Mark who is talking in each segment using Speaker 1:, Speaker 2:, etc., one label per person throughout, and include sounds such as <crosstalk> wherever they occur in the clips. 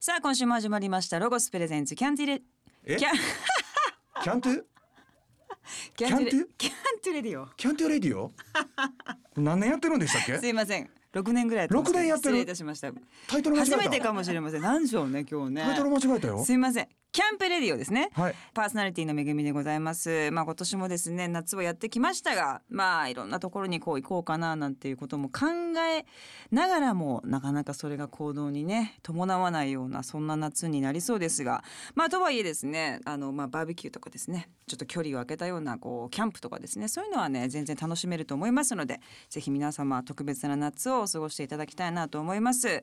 Speaker 1: さあ今週も始まりましたロゴスプレゼンツキャンティレ
Speaker 2: え
Speaker 1: キャン
Speaker 2: キャントゥ
Speaker 1: キャンティレ
Speaker 2: キャンテ
Speaker 1: キャンティレディオ
Speaker 2: キャントゥレディオこれ何年やってるんでしたっ
Speaker 1: す
Speaker 2: け
Speaker 1: いません六年ぐらいます
Speaker 2: 六年やって
Speaker 1: 失
Speaker 2: る
Speaker 1: 礼いたしました
Speaker 2: タイトル間違
Speaker 1: 初
Speaker 2: え
Speaker 1: め
Speaker 2: た
Speaker 1: てかもしれません何でしょうね今日ね
Speaker 2: タイトル間違えたよ
Speaker 1: すいませんキャンプレディオですね
Speaker 2: はい
Speaker 1: パーソナリティの恵みでございますまあ今年もですね夏はやってきましたがまあいろんなところにこう行こうかななんていうことも考えながらもなかなかそれが行動にね伴わないようなそんな夏になりそうですがまあとはいえですねあのまあバーベキューとかですねちょっと距離を空けたようなこうキャンプとかですねそういうのはね全然楽しめると思いますのでぜひ皆様特別な夏をお過ごしていただきたいなと思います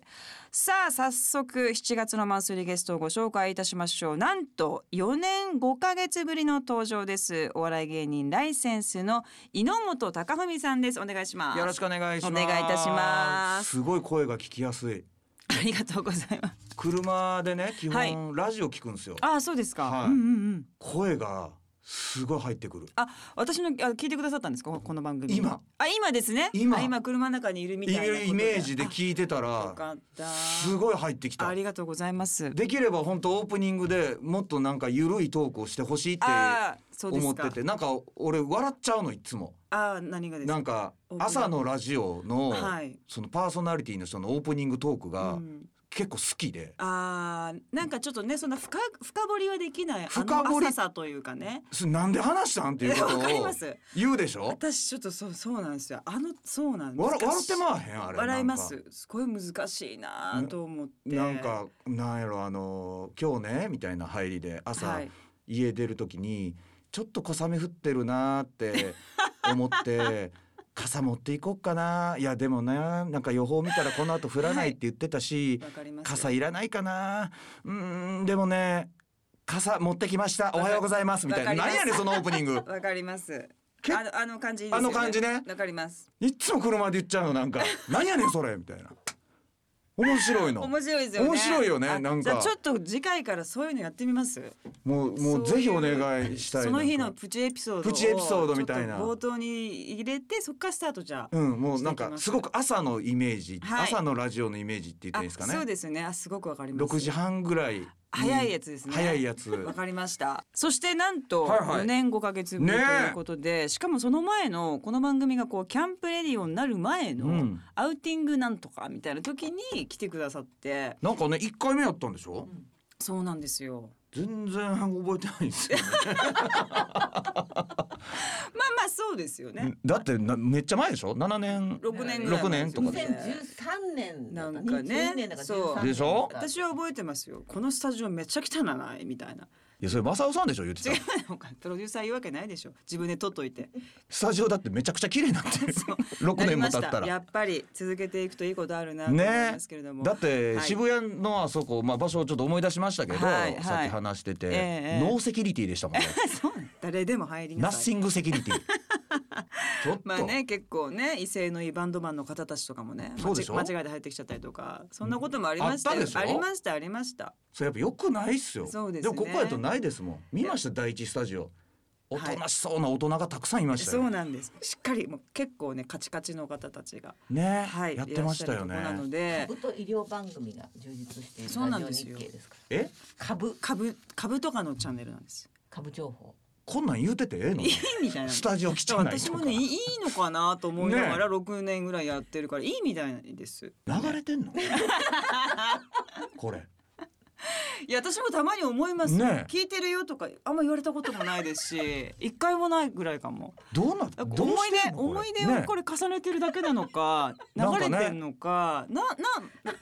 Speaker 1: さあ早速7月のマンスリーゲストをご紹介いたしましょうなんと4年5ヶ月ぶりの登場ですお笑い芸人ライセンスの猪本貴文さんですお願いします
Speaker 2: よろしくお願いします
Speaker 1: お願いいたします
Speaker 2: すごい声が聞きやすい
Speaker 1: ありがとうございます
Speaker 2: 車でね基
Speaker 1: はい
Speaker 2: 本ラジオ聞くんですよ、
Speaker 1: ああそうですか、
Speaker 2: はい
Speaker 1: うんうんうん
Speaker 2: 声がすごい入ってくる
Speaker 1: あ、私のあ聞いてくださったんですかここの番組。
Speaker 2: 今。
Speaker 1: あ、今ですね。
Speaker 2: 今
Speaker 1: あ今車の中にいるみた
Speaker 2: い
Speaker 1: いなこと
Speaker 2: う
Speaker 1: で。
Speaker 2: イメージで聞いてた
Speaker 1: あ。よ
Speaker 2: ら
Speaker 1: かった。
Speaker 2: すごい入ってきた
Speaker 1: ありがとうございます。
Speaker 2: できれば本当オープニングでもっとなんか緩いトークをしてほしいって
Speaker 1: あー、そうで
Speaker 2: 思
Speaker 1: す
Speaker 2: って
Speaker 1: か。
Speaker 2: てなんか俺笑っちゃうのいつも
Speaker 1: あー、何がですか。
Speaker 2: なんか
Speaker 1: オープニング
Speaker 2: 朝のラジオの
Speaker 1: はい
Speaker 2: そのパーソナリティの人のオープニングトークが
Speaker 1: うん
Speaker 2: 結構好きで
Speaker 1: あーなんかちょっとねそんな深深掘りはできない
Speaker 2: 深
Speaker 1: あの
Speaker 2: 掘り
Speaker 1: 浅さというかね
Speaker 2: それなんで話したんっていうこ
Speaker 1: え
Speaker 2: と
Speaker 1: <laughs> わかりま
Speaker 2: を
Speaker 1: す
Speaker 2: 言うでしょ
Speaker 1: 私ちょっとそうそうなんですよあのそうなんです
Speaker 2: 笑笑ってまわへんあれ
Speaker 1: 笑いま
Speaker 2: なんか
Speaker 1: すすごい難しいなと思って
Speaker 2: なんかなんやろあのー今日ねみたいな入りで朝、
Speaker 1: はい
Speaker 2: 家出る時にちょっと小雨降ってるなーって
Speaker 1: <laughs>
Speaker 2: 思って傘持っていこうかないやでもななんか予報見たらこの後降らないって言ってたし、
Speaker 1: わかります
Speaker 2: 傘いらないかなうーんでもね傘持ってきましたおはようございますみたいな
Speaker 1: わかりま
Speaker 2: 何
Speaker 1: す
Speaker 2: やねんそのオープニ
Speaker 1: <laughs>
Speaker 2: ング
Speaker 1: わかります。
Speaker 2: け
Speaker 1: あのあの感じいいですよ、
Speaker 2: あの感じね
Speaker 1: わかります。
Speaker 2: いっつも車で言っちゃうのなんか何やねんそれみたいな面白いの
Speaker 1: 面白いですよね。
Speaker 2: 面白いよね
Speaker 1: あ
Speaker 2: なん
Speaker 1: じ
Speaker 2: か
Speaker 1: ゃあちょっと次回からそういうのやってみます。
Speaker 2: もうもう
Speaker 1: そう
Speaker 2: ぜ
Speaker 1: い
Speaker 2: ひ
Speaker 1: う
Speaker 2: お願いしたい
Speaker 1: その日
Speaker 2: な
Speaker 1: の
Speaker 2: んか
Speaker 1: プチエピソードを
Speaker 2: プチエピソードみたいな
Speaker 1: ちょっと冒頭に入れてそっからスタートじゃあ。
Speaker 2: うんもうな
Speaker 1: してい
Speaker 2: ん
Speaker 1: き
Speaker 2: か
Speaker 1: ます
Speaker 2: すごく朝のイメージ、
Speaker 1: はい
Speaker 2: 朝のラジオのイメージって言っていいですか
Speaker 1: そう
Speaker 2: ね
Speaker 1: ですね。あすごくわかります。
Speaker 2: 六時半ぐらいに
Speaker 1: 早いやつですね
Speaker 2: 早いやつ
Speaker 1: わかりました。そしてなんと
Speaker 2: はいは
Speaker 1: 4
Speaker 2: い
Speaker 1: 年5ヶ月ぶりと
Speaker 2: ねえ
Speaker 1: いうことで、しかもその前のこの番組がこうキャンプレディオになる前
Speaker 2: う
Speaker 1: の
Speaker 2: ん
Speaker 1: アウティングなんとかみたいな時に来てくださって、
Speaker 2: なんかね一回目やったんでしょ、
Speaker 1: そうなんですよ。
Speaker 2: 全然覚えてないんですよ、ね、
Speaker 1: まあまあそうですよね。
Speaker 2: だってなめっちゃ前でしょ七年
Speaker 1: 六年ぐらい前ですよ
Speaker 2: 六
Speaker 1: ね
Speaker 2: 年
Speaker 3: 2013年だ
Speaker 1: なんかね
Speaker 3: 20年だから
Speaker 1: そう
Speaker 3: 13
Speaker 2: でしょ
Speaker 3: 年です
Speaker 1: 私は覚えてますよこのスタジオめっちゃ汚いみたいない <laughs>
Speaker 2: やそれ正雄さんでしょ言って
Speaker 1: 違
Speaker 2: た
Speaker 1: うのかプロデューサー言うわけないでしょ自分で撮っといて
Speaker 2: スタジオだってめちゃくちゃ綺麗になって
Speaker 1: <laughs>
Speaker 2: る六年も経った
Speaker 1: なりましや
Speaker 2: ら
Speaker 1: っぱり続けていくといいことあるなと思いますけれども、
Speaker 2: だって
Speaker 1: はい
Speaker 2: 渋谷のあそこ、まあ場所をちょっと思い出しましたけど、
Speaker 1: はいはい
Speaker 2: さっき話してて、
Speaker 1: ええ
Speaker 2: ノーセキュリティでしたもんね
Speaker 1: <laughs> そうね誰でも入りな
Speaker 2: ナッ
Speaker 1: さい
Speaker 2: シングセキュ
Speaker 1: <laughs>
Speaker 2: リティちょっと、
Speaker 1: まあね結構ね威勢のいいバンドマンの方たちとかもね
Speaker 2: そうでしょ
Speaker 1: 間違間違えて入ってきちゃったりとかそんなこともありました
Speaker 2: あっ
Speaker 1: よ
Speaker 2: たでしょ
Speaker 1: ありましたありました
Speaker 2: それやっぱ良くないっすよ
Speaker 1: そうですね
Speaker 2: でもここやとないですもん見ました第一スタジオおとなしそうな大人がたくさんいました
Speaker 1: そ
Speaker 2: よ、
Speaker 1: うなんですしっかりもう結構ねカチカチの方たちが、
Speaker 2: ね、
Speaker 1: はい、
Speaker 2: やってましたよ
Speaker 1: いらっしゃるとこなの
Speaker 2: ね
Speaker 1: で
Speaker 3: 株と医療番組が充実している
Speaker 1: そうな
Speaker 3: ラ
Speaker 1: ん
Speaker 3: ジオ
Speaker 1: です
Speaker 3: 日
Speaker 1: よ
Speaker 3: 経ですから
Speaker 2: え
Speaker 3: 株
Speaker 1: 株株とかのチャンネルなんです。
Speaker 3: 株情報
Speaker 2: こんなん言うててええの
Speaker 1: いいみたいな。
Speaker 2: スタジオ来ちゃない
Speaker 1: 私
Speaker 2: と
Speaker 1: も
Speaker 2: か、
Speaker 1: ねいいいいのかなと思いながら6年ぐらいやってるからいいみたいです。
Speaker 2: 流れて
Speaker 1: <laughs>
Speaker 2: んのこれ
Speaker 1: いや私もたまに思います、
Speaker 2: ねえ
Speaker 1: 聞いてるよとかあんま言われたこともないです
Speaker 2: <laughs>
Speaker 1: し一回もないぐらいかも。
Speaker 2: どうなどう
Speaker 1: 思い
Speaker 2: して
Speaker 1: 出
Speaker 2: んの
Speaker 1: 思い出をこれ重ねてるだけなのか、
Speaker 2: <laughs> なんかね
Speaker 1: 流れてんのかな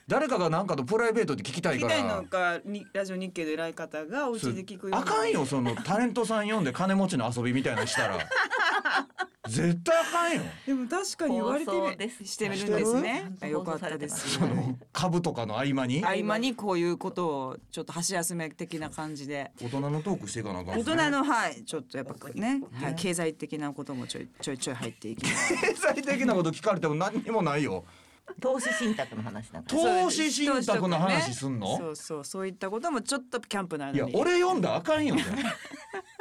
Speaker 2: 誰かがなんかのプライベートで聞きた
Speaker 1: ない聞
Speaker 2: か
Speaker 1: き
Speaker 2: ら
Speaker 1: たいのかにラジオ日経の偉い方がお家で聞くような
Speaker 2: あかんよそのタレントさん呼んで金持ちの遊びみたいな
Speaker 1: <laughs>
Speaker 2: のしたら絶対あかんよ
Speaker 1: でも確かに言われて
Speaker 3: 放送です
Speaker 1: みしてみるんですね
Speaker 3: して。る
Speaker 1: よかったです。
Speaker 2: その株とかの合間に
Speaker 1: 合間にこういうことをちょっと箸休め的な感じで
Speaker 2: 大人のトークしていかなあかん
Speaker 1: 大
Speaker 2: っすね
Speaker 1: 人のはいちょっとやっぱね、はい、経済的なこともちょいちょいちょい入っていきます
Speaker 2: 経済的なこと聞かれても何にもな
Speaker 1: <laughs>
Speaker 2: いよ
Speaker 3: 投資信託の話なんか
Speaker 2: 投資信託の話すん
Speaker 1: そ
Speaker 2: の
Speaker 1: うそうそういったこともちょっとキャンプの間
Speaker 2: い
Speaker 1: に
Speaker 2: や俺読んだらあかんよ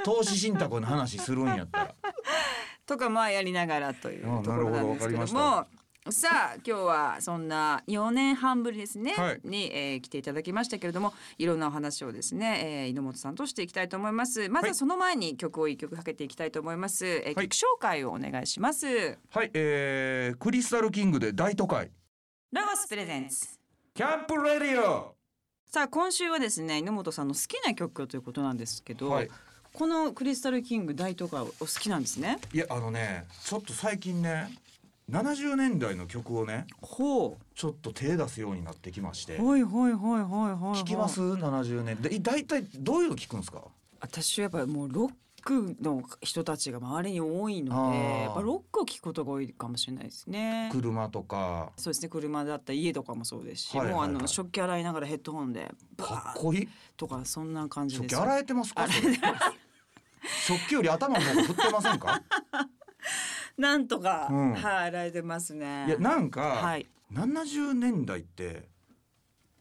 Speaker 2: 投資信託の話するんやったら
Speaker 1: とかまあやりながらというところなんですけど
Speaker 2: あなるほどわかりまし
Speaker 1: も
Speaker 2: た
Speaker 1: さあ今日はそんな4年半ぶりですね、
Speaker 2: はい
Speaker 1: に、えー来ていただきましたけれどもいろんなお話をですね、えー、井本さんとしていきたいと思いますまず
Speaker 2: は
Speaker 1: はいその前に曲を一曲かけていきたいと思います、えー
Speaker 2: はい
Speaker 1: 曲紹介をお願いします
Speaker 2: はい、えー、クリスタルキングで大都会
Speaker 1: ラガスプレゼンツ
Speaker 2: キャンプレディオ
Speaker 1: さあ今週はですね井本さんの好きな曲ということなんですけど、
Speaker 2: はい
Speaker 1: このクリスタルキング大とかお好きなんですね
Speaker 2: いやあのねちょっと最近ね70年代の曲をね
Speaker 1: ほう
Speaker 2: ちょっと手出すようになってきまして
Speaker 1: ほいほいほいほいほいほい
Speaker 2: 聞きます70年でい大体どういうの聞くんですか
Speaker 1: 私はやっぱりもうロックの人たちが周りに多いの
Speaker 2: あ
Speaker 1: で
Speaker 2: ー
Speaker 1: やっぱロックを聞くことが多いかもしれないですね。
Speaker 2: 車とか
Speaker 1: そうですね車だったり家とかもそうですし、
Speaker 2: はいはいはい
Speaker 1: もうあの食器洗いながらヘッドホンで
Speaker 2: か
Speaker 1: バ
Speaker 2: っ
Speaker 1: ーッ
Speaker 2: こいい
Speaker 1: とかそんな感じ
Speaker 2: 食
Speaker 1: で
Speaker 2: 器
Speaker 1: すよ。
Speaker 2: 洗えてますか
Speaker 1: <laughs>
Speaker 2: それ食器より頭の方が振ってませんか
Speaker 1: なんとか、
Speaker 2: うん
Speaker 1: はい洗えてますね。
Speaker 2: いやなんか、
Speaker 1: はい。
Speaker 2: 70年代って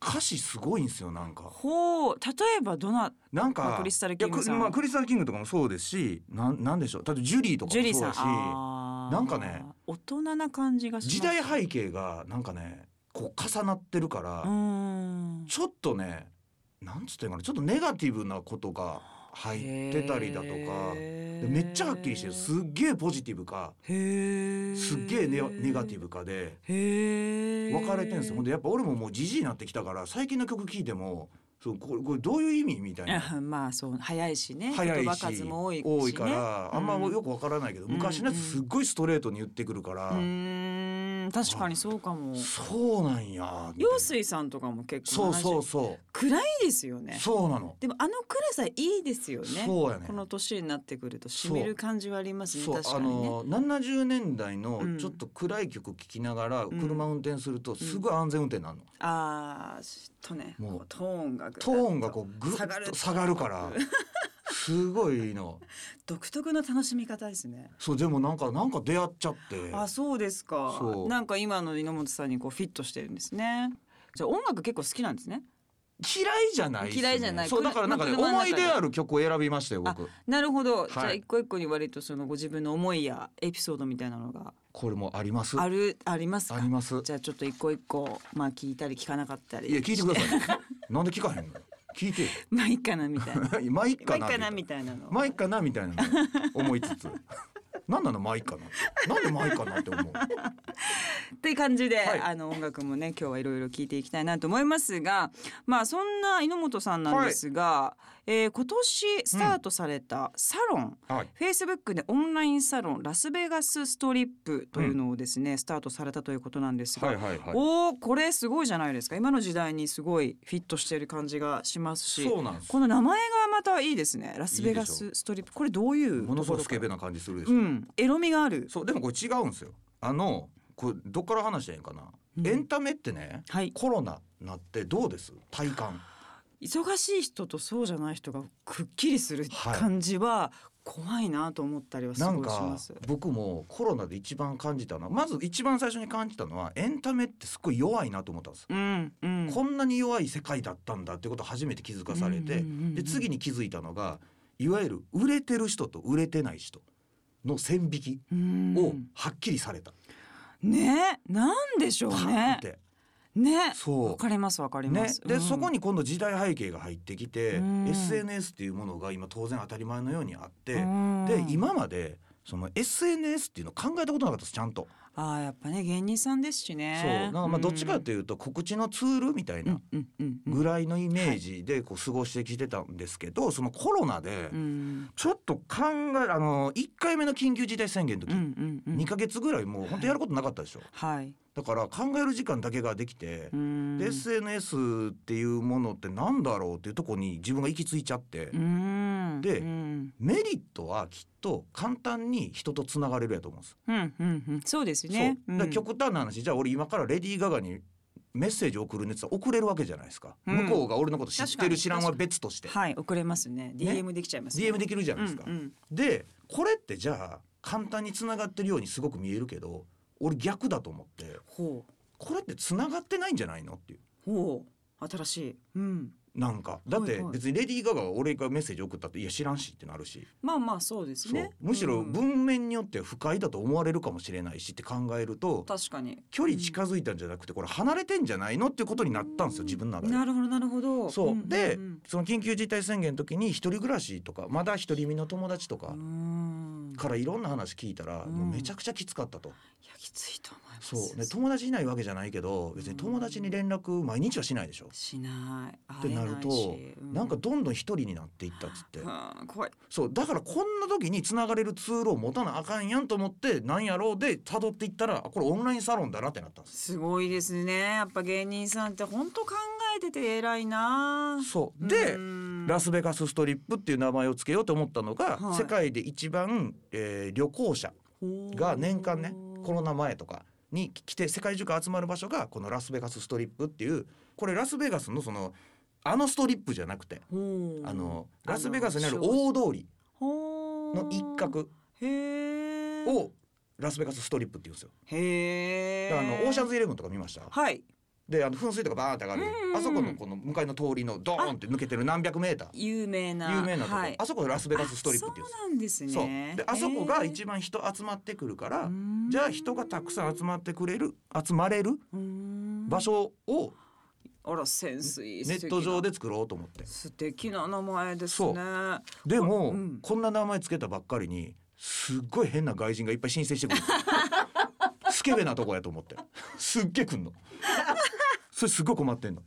Speaker 2: 歌詞すごいんですよなんか
Speaker 1: ほう例えばどな
Speaker 2: なんか、
Speaker 1: まあクリスタルキングさん
Speaker 2: いやくまあ、クリスタルキングとかもそうですしなんなんでしょう例えばジュリーとか
Speaker 1: ジュ
Speaker 2: も
Speaker 1: リー
Speaker 2: そう
Speaker 1: さん
Speaker 2: だし
Speaker 1: あー
Speaker 2: なんかね
Speaker 1: 大人な感じがします。
Speaker 2: 時代背景がなんかねこう重なってるから、
Speaker 1: うーん
Speaker 2: ちょっとねなんつってんかなちょっとネガティブなことが入ってたりだとかで
Speaker 1: で
Speaker 2: めっちゃはっきりしてるすっげえポジティブか
Speaker 1: へえ。
Speaker 2: すっげえネネガティブかで
Speaker 1: へえ。
Speaker 2: 分かれてんですよほん
Speaker 1: で。
Speaker 2: でやっぱ俺ももうじじいになってきたから最近の曲聴いてもそうこれこれどういう意味みたいな。
Speaker 1: <laughs> まあそう早いしね。
Speaker 2: 早い
Speaker 1: 言葉
Speaker 2: し
Speaker 1: 数も多いし、ね、
Speaker 2: から、あんまよくわからないけど、
Speaker 1: うん
Speaker 2: 昔のやつすっごいストレートに言ってくるか
Speaker 1: う
Speaker 2: ら、
Speaker 1: ーん確かにそうかも。
Speaker 2: そうなんやみたいな
Speaker 1: 陽水さんとかも結
Speaker 2: そ
Speaker 1: 構
Speaker 2: うそ
Speaker 1: 70
Speaker 2: うそ
Speaker 1: 暗いですよ
Speaker 2: う、
Speaker 1: ね。
Speaker 2: そうなの、
Speaker 1: でもあの暗さいいですよね。
Speaker 2: そうやね
Speaker 1: この年になってくると染みる感じはありますね
Speaker 2: そう
Speaker 1: 確か
Speaker 2: あ
Speaker 1: にね。
Speaker 2: の70年代の
Speaker 1: うん
Speaker 2: ちょっと暗い曲聴きながら
Speaker 1: ん
Speaker 2: 車運転するとすぐ安全運転になるの、
Speaker 1: ああちょっとね
Speaker 2: もう
Speaker 1: こうトーンがグッと
Speaker 2: トーンがこうぐっ
Speaker 1: 下がる
Speaker 2: と下がるから
Speaker 1: <laughs>
Speaker 2: すごいの
Speaker 1: 独特の楽しみ方ですね。
Speaker 2: そうでもなんかなんか出会っちゃって
Speaker 1: あそうですか
Speaker 2: そう
Speaker 1: なんか今の井本さんにこうフィットしてるんですねじゃあ音楽結構好きなんですね
Speaker 2: 嫌いじゃないっすね
Speaker 1: 嫌いじゃない
Speaker 2: そうだからなんかね
Speaker 1: 車の中
Speaker 2: 思
Speaker 1: で
Speaker 2: い出ある曲を選びましたよ僕
Speaker 1: なるほど、
Speaker 2: い
Speaker 1: じゃあ一個一個に割とそのご自分の思いやエピソードみたいなのが
Speaker 2: これもあります
Speaker 1: あるありますか
Speaker 2: あります
Speaker 1: じゃあちょっと一個一個まあ聞いたり聞かなかったり
Speaker 2: いや聞いてくだ
Speaker 1: <laughs>
Speaker 2: さいなんで聞かへんの聞いてよ
Speaker 1: まあいいかなみたいな
Speaker 2: まあいっ
Speaker 1: まあ
Speaker 2: <laughs> か
Speaker 1: いい
Speaker 2: な
Speaker 1: かなみたいなの
Speaker 2: まあいっかなみたいなの思いつ
Speaker 1: <laughs>
Speaker 2: つなんなのまあいっかななんでまあいっかなって思う
Speaker 1: って感じで、
Speaker 2: はい
Speaker 1: あの音楽もね今日はいろいろ聞いていきたいなと思いますがまあそんな井本さんなんですが、えー今年スタートされたサロン、
Speaker 2: はい
Speaker 1: フェイスブックでオンラインサロンラスベガスストリップというのをですね、スタートされたということなんですが、
Speaker 2: はいはいはい
Speaker 1: おおこれすごいじゃないですか今の時代にすごいフィットしてる感じがしますし
Speaker 2: そうなんです
Speaker 1: この名前がまたいいですねラスベガ
Speaker 2: いい
Speaker 1: スストリップこれどういう
Speaker 2: ものすごい
Speaker 1: と
Speaker 2: ス
Speaker 1: こ
Speaker 2: ケ
Speaker 1: ろか
Speaker 2: ベな感じするでしょ、
Speaker 1: うんエロみがある
Speaker 2: そうでもこれ違うんですよあのこれどっから話してんかな、
Speaker 1: うん
Speaker 2: エンタメってね
Speaker 1: はい
Speaker 2: コロナなってどうです体感
Speaker 1: 忙しい人とそうじゃない人がくっきりする
Speaker 2: はい
Speaker 1: 感じは怖いなと思ったりはす
Speaker 2: なん
Speaker 1: ごいし
Speaker 2: か
Speaker 1: ます。
Speaker 2: 僕もコロナで一番感じたのはまず一番最初に感じたのはエンタメってすっごい弱いなと思ったんです
Speaker 1: うんうん
Speaker 2: こんなに弱い世界だったんだってことを初めて気づかされて、
Speaker 1: うんうんうんうん
Speaker 2: で次に気づいたのがいわゆる売れてる人と売れてない人の線引き
Speaker 1: うん
Speaker 2: をはっきりされた。
Speaker 1: ねなんでしょう
Speaker 2: パンっ
Speaker 1: ね。
Speaker 2: て
Speaker 1: ね
Speaker 2: そう
Speaker 1: わかりますわかりま
Speaker 2: ね
Speaker 1: す。、
Speaker 2: で、
Speaker 1: うん
Speaker 2: そこに今度時代背景が入ってきて、
Speaker 1: うん
Speaker 2: SNS っていうものが今当然当たり前のようにあって、
Speaker 1: うん
Speaker 2: で今までその SNS っていうの考えたことなかったですちゃんと。
Speaker 1: ああやっぱね芸人さんですし
Speaker 2: そう
Speaker 1: ね。
Speaker 2: なんかまあどっちか
Speaker 1: て
Speaker 2: というと告知のツールみたいな
Speaker 1: うんうんうん
Speaker 2: ぐらいのイメージでこう過ごしてきてたんですけどそのコロナで
Speaker 1: うん
Speaker 2: ちょっと考えあの1回目の緊急事態宣言の
Speaker 1: うんう
Speaker 2: 時、
Speaker 1: んうん
Speaker 2: 2ヶ月ぐらいもう本当やることなかったでしょ。
Speaker 1: はい。
Speaker 2: だから考える時間だけができて、
Speaker 1: うん
Speaker 2: で SNS っていうものってなんだろうっていうとこに自分が行き着いちゃって、
Speaker 1: うん
Speaker 2: で
Speaker 1: うん
Speaker 2: メリットはきっと簡単に人とつながれるやと思うんです。
Speaker 1: うんうんうんそうですね。
Speaker 2: そうだから
Speaker 1: うん
Speaker 2: 極端な話じゃあ俺今からレディー・ガガにメッセージ送るねって言ったら送れるわけじゃないですか、
Speaker 1: うん
Speaker 2: 向こうが俺のこと知って
Speaker 1: 確か
Speaker 2: る
Speaker 1: に
Speaker 2: 知らんは別として、
Speaker 1: はい遅れますね。
Speaker 2: ね
Speaker 1: DM できちゃいますね。
Speaker 2: DM できるじゃないですか。
Speaker 1: うんうん
Speaker 2: でこれってじゃあ簡単につながってるようにすごく見えるけど俺逆だと思って
Speaker 1: ほう
Speaker 2: これってつながってないんじゃないのっていう
Speaker 1: ほう新しい。うん
Speaker 2: なんかだって
Speaker 1: はいはい
Speaker 2: 別にレディー・ガガが俺がメッセージ送ったっていや知らんしってなるし、
Speaker 1: まあまあそうです
Speaker 2: そう
Speaker 1: ね。
Speaker 2: むしろ
Speaker 1: うん
Speaker 2: 文面によっては不快だと思われるかもしれないしって考えると
Speaker 1: 確かに
Speaker 2: 距離近づいたんじゃなくてこれ離れてんじゃないのっていうことになったんですよ自分の中で
Speaker 1: な。るほどなるほど。
Speaker 2: そ
Speaker 1: んん
Speaker 2: うんでその緊急事態宣言の時に一人暮らしとかまだ一人身の友達と
Speaker 1: う
Speaker 2: か
Speaker 1: ん。い
Speaker 2: からいろんな話聞いたら
Speaker 1: うん
Speaker 2: もうめちゃくちゃきつかったと。
Speaker 1: やきついと思います。
Speaker 2: そうね友達いないわけじゃないけど別に友達に連絡毎日はしないでしょ。
Speaker 1: しない。
Speaker 2: ってなると
Speaker 1: 会えいしう
Speaker 2: なんかどんどん一人になっていったっつって
Speaker 1: うん怖い。
Speaker 2: そうだからこんな時に繋がれるツールを持たなあかんやんと思ってなんやろうで辿っていったらあこれオンラインサロンだなってなったんです。
Speaker 1: すごいですね。やっぱ芸人さんって本当考えてて偉いな。
Speaker 2: そうで
Speaker 1: うん
Speaker 2: ラスベガスストリップっていう名前をつけようと思ったのが、
Speaker 1: はい
Speaker 2: 世界で一番、えー旅行者が年間ねコロナ前とかに来て世界中から集まる場所がこのラスベガスストリップっていうこれラスベガスのそのあのストリップじゃなくて、
Speaker 1: ほう
Speaker 2: あの
Speaker 1: あの
Speaker 2: ラスベガスにある大通り
Speaker 1: ほう
Speaker 2: の一角
Speaker 1: へえ
Speaker 2: をラスベガスストリップって言うんですよ。
Speaker 1: へ
Speaker 2: だ
Speaker 1: え
Speaker 2: からあのオーシャンズイレブンとか見ました
Speaker 1: はい
Speaker 2: であの噴水とかバーンって上がる、
Speaker 1: うんうんうん
Speaker 2: あそこのこの向かいの通りのドーンって抜けてる何百メーター
Speaker 1: 有名な
Speaker 2: 有名なとこ、
Speaker 1: はい、
Speaker 2: あそこがラスベガスストリップって言うんですよ
Speaker 1: そうなんですね
Speaker 2: そうであそこが
Speaker 1: 番
Speaker 2: 一番人集まってくるから、じゃあ人がたくさん集まってくれる集まれる場所を
Speaker 1: あらセンスいい
Speaker 2: ネット上
Speaker 1: で
Speaker 2: で作ろうと思って
Speaker 1: 素敵な名前です
Speaker 2: そ
Speaker 1: ね
Speaker 2: うでも、
Speaker 1: うん
Speaker 2: こんな名前つけたばっかりにすっごい変な外人がいっぱい申請し
Speaker 1: <laughs>
Speaker 2: てくるんですよスケベなとこやと思ってすっげえ来
Speaker 1: <laughs>
Speaker 2: んのそれすっごい困ってんの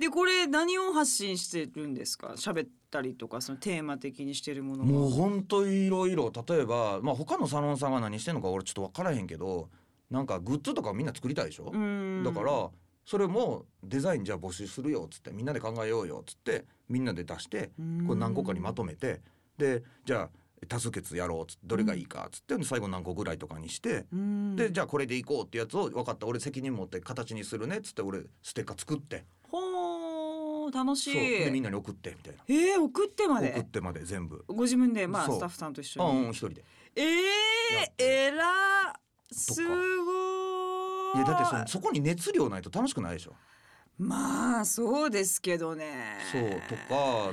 Speaker 1: でこれ何を発信してるんですか喋ったりとかそのテーマ的にしてるものは
Speaker 2: もうほんといろいろ例えば、まあ、他のサロンさんが何してんのか俺ちょっと分からへんけどなんかグッズとかみんな作りたいでしょ、
Speaker 1: うん
Speaker 2: だからそれもデザインじゃあ募集するよっつってみんなで考えようよっつってみんなで出してこれ何個かにまとめてでじゃあ多数決やろうっつってどれがいいかっつって最後何個ぐらいとかにして。
Speaker 1: うん
Speaker 2: でじゃあこれでいこうってやつを分かった俺責任持って形にするねっつって俺ステッカー作って
Speaker 1: ほー楽し
Speaker 2: そう
Speaker 1: い
Speaker 2: でみんなに送ってみたいな
Speaker 1: えー、送ってま
Speaker 2: 送っ
Speaker 1: で
Speaker 2: てまで全部
Speaker 1: ご自分でまあ
Speaker 2: そう
Speaker 1: スタッフさんと一緒
Speaker 2: あうん
Speaker 1: に
Speaker 2: うん一人で
Speaker 1: え
Speaker 2: やっ
Speaker 1: ー、
Speaker 2: て
Speaker 1: えらすごーい
Speaker 2: いやだってそそこに熱量ないと楽しくないでしょ。
Speaker 1: まあそうですけどね
Speaker 2: そうと